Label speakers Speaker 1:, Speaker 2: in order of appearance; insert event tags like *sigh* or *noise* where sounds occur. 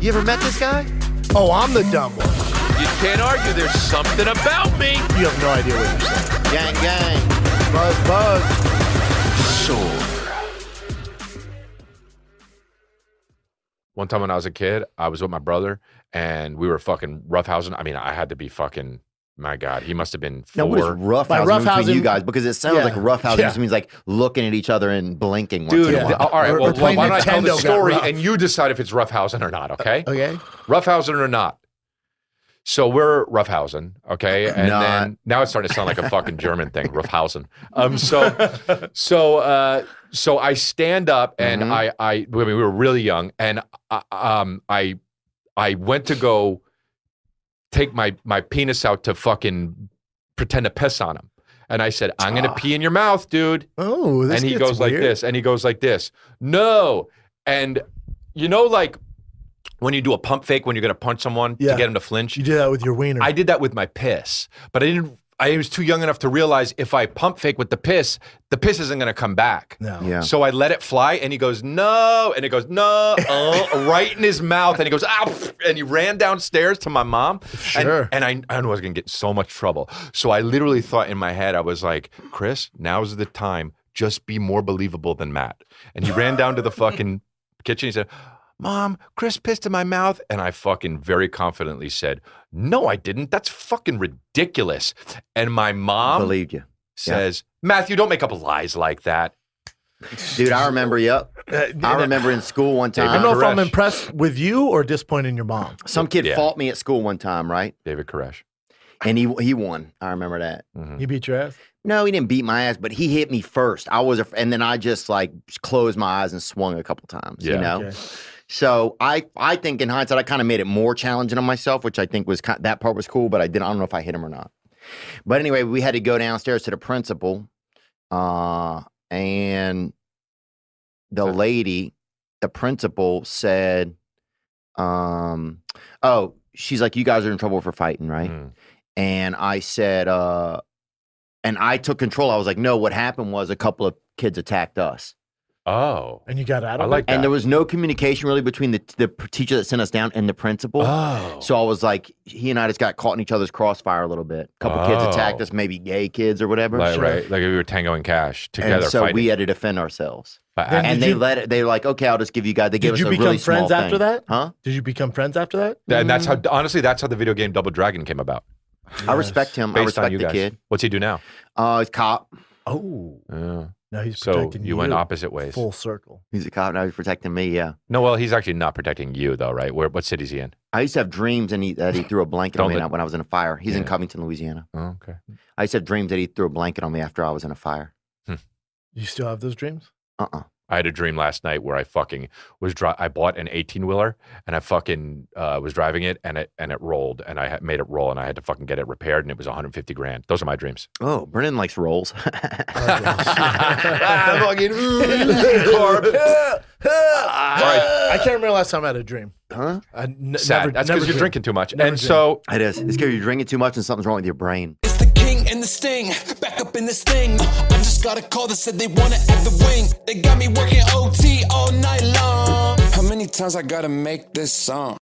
Speaker 1: You ever met this guy?
Speaker 2: Oh, I'm the dumb one.
Speaker 3: You can't argue. There's something about me.
Speaker 2: You have no idea what you're saying.
Speaker 1: Gang, gang.
Speaker 2: Buzz, buzz.
Speaker 3: One time when I was a kid, I was with my brother and we were fucking roughhousing. I mean, I had to be fucking, my God, he must have been
Speaker 1: Now, what is
Speaker 3: four.
Speaker 1: roughhousing
Speaker 2: Like
Speaker 1: between you
Speaker 2: roughhousing-
Speaker 1: guys? Because it sounds
Speaker 2: Yeah.
Speaker 1: like roughhousing
Speaker 3: Yeah.
Speaker 1: just means like looking at each other and blinking once
Speaker 3: Dude,
Speaker 1: in a
Speaker 3: th-
Speaker 1: while.
Speaker 3: all right,
Speaker 2: We're-
Speaker 3: well,
Speaker 2: we're playing
Speaker 3: why don't I tell the
Speaker 2: Nintendo, got
Speaker 3: story
Speaker 2: rough.
Speaker 3: and you decide if it's roughhousing or not,
Speaker 1: Uh,
Speaker 3: okay?
Speaker 2: Okay.
Speaker 3: roughhousing or not. So we're roughhousing, okay? And
Speaker 1: Not.
Speaker 3: then now it's starting to sound like a fucking German thing, roughhousing. Um, so, so, uh, so I stand up and
Speaker 1: Mhm.
Speaker 3: I, I, I mean, we were really young, and I, um, I, I went to go take my my penis out to fucking pretend to piss on him, and I said, "I'm gonna pee in your mouth, dude."
Speaker 2: Oh, this
Speaker 3: and he
Speaker 2: gets
Speaker 3: goes like
Speaker 2: weird.
Speaker 3: this, and he goes like this. No, and you know, like when you do a pump fake when you're going to punch someone
Speaker 2: Yeah.
Speaker 3: to get him to flinch.
Speaker 2: You do that with your wiener.
Speaker 3: I did that with my piss, but I didn't. I was too young enough to realize if I pump fake with the piss, the piss isn't going to come back.
Speaker 2: no.
Speaker 1: Yeah.
Speaker 3: So I let it fly, and he goes no, and it goes no, uh, right in his mouth, and he goes ow, and he ran downstairs to my mom.
Speaker 2: Sure.
Speaker 3: And, and I, I knew I was gonna get in so much trouble. So I literally thought in my head, I was like, Chris, now's the time. Just be more believable than Matt. And he ran down to the fucking kitchen. He said, Mom, Chris pissed in my mouth. And I fucking very confidently said, No, I didn't. That's fucking ridiculous. And my mom
Speaker 1: Believed you.
Speaker 3: says, Matthew, don't make up lies like that.
Speaker 1: Dude, I remember, yep. I remember in school one
Speaker 2: I Uh, don't
Speaker 1: time,
Speaker 2: know if I'm
Speaker 3: Koresh.
Speaker 2: impressed with you or disappointed in your mom.
Speaker 1: some kid
Speaker 3: Yeah.
Speaker 1: fought me at school one time, right?
Speaker 3: David Koresh.
Speaker 1: And he he won. I remember that.
Speaker 3: Mm-hmm.
Speaker 2: You beat your ass.
Speaker 1: No, he didn't beat my ass, but he hit me first. I was, a, and then I just like closed my eyes and swung a couple times. You
Speaker 3: Yeah.
Speaker 1: know,
Speaker 2: Okay.
Speaker 1: so I, I think in hindsight, I kind of made it more challenging on myself, which I think was ki that part was cool, but I did. I don't know if I hit him or not. But anyway, we had to go downstairs to the principal, uh, and the lady, the principal said, um, "Oh, she's like, you guys are in trouble for fighting, right?"
Speaker 3: Mm.
Speaker 1: and I said, uh, and I took control. I was like, no, what happened was a couple of kids attacked us.
Speaker 3: Oh.
Speaker 2: And you got out of
Speaker 3: I like
Speaker 1: And
Speaker 3: that.
Speaker 1: there was no communication really between the, the teacher that sent us down and the principal.
Speaker 3: oh.
Speaker 1: So I was like, he and I just got caught in each other's crossfire a little bit. A couple kids attacked
Speaker 3: Oh.
Speaker 1: us, maybe gay kids or whatever.
Speaker 3: like,
Speaker 2: Sure.
Speaker 3: right, like we were tango and cash together
Speaker 1: and so
Speaker 3: fighting.
Speaker 1: we had to defend ourselves.
Speaker 3: But
Speaker 2: Then-
Speaker 3: I-
Speaker 1: And
Speaker 2: did
Speaker 1: they
Speaker 2: you-
Speaker 1: let it, they were like, okay, I'll just give you guys. They gave
Speaker 2: Did
Speaker 1: us
Speaker 2: you
Speaker 1: a
Speaker 2: become
Speaker 1: really small
Speaker 2: friends after
Speaker 1: thing.
Speaker 2: that?
Speaker 1: Huh?
Speaker 2: Did you become friends after that?
Speaker 3: and that's
Speaker 1: Mm.
Speaker 3: how honestly that's how the video game Double Dragon came about.
Speaker 1: I
Speaker 2: Yes.
Speaker 1: respect him. I
Speaker 3: Based on
Speaker 1: respect
Speaker 3: you
Speaker 1: the
Speaker 3: guys.
Speaker 1: kid.
Speaker 3: What's he do now?
Speaker 1: Uh, he's a cop.
Speaker 2: Oh,
Speaker 3: Uh,
Speaker 2: now he's
Speaker 3: so
Speaker 2: protecting
Speaker 3: you went opposite ways.
Speaker 2: Full circle.
Speaker 1: He's a cop. Now he's protecting me. Yeah.
Speaker 3: No, well, he's actually not protecting you though, right? Where what city's he in?
Speaker 1: I used to have dreams and he, that he threw a blanket
Speaker 3: Don't
Speaker 1: on me
Speaker 3: let-
Speaker 1: when I- when I was in a fire. He's in
Speaker 3: Yeah.
Speaker 1: Covington, Louisiana.
Speaker 3: Oh, okay.
Speaker 1: I used to have dreams that he threw a blanket on me after I was in a fire.
Speaker 2: You still have
Speaker 1: *laughs*
Speaker 2: those dreams?
Speaker 1: Uh uh
Speaker 3: I had a dream last night where I fucking was dri- I bought an 18 wheeler and I fucking uh, was driving it and it and it rolled and I had made it roll and I had to fucking get it repaired and it was 150 grand. Those are my dreams.
Speaker 1: Oh, Brennan likes rolls.
Speaker 2: Oh,
Speaker 3: *laughs* Fucking-
Speaker 2: *laughs* I can't remember last time I had a dream.
Speaker 1: huh?
Speaker 2: I n- never,
Speaker 3: Sad. That's
Speaker 2: never
Speaker 3: because you're
Speaker 2: dreamed.
Speaker 3: drinking too much.
Speaker 2: Never
Speaker 3: and
Speaker 2: drink.
Speaker 3: so
Speaker 1: It is. It's because you're drinking too much and something's wrong with your brain.
Speaker 4: It's the king and the sting, back up in this thing. Uh, I just got a call that said they wanna add the wing. They got me working OT all night long. How many times I gotta make this song?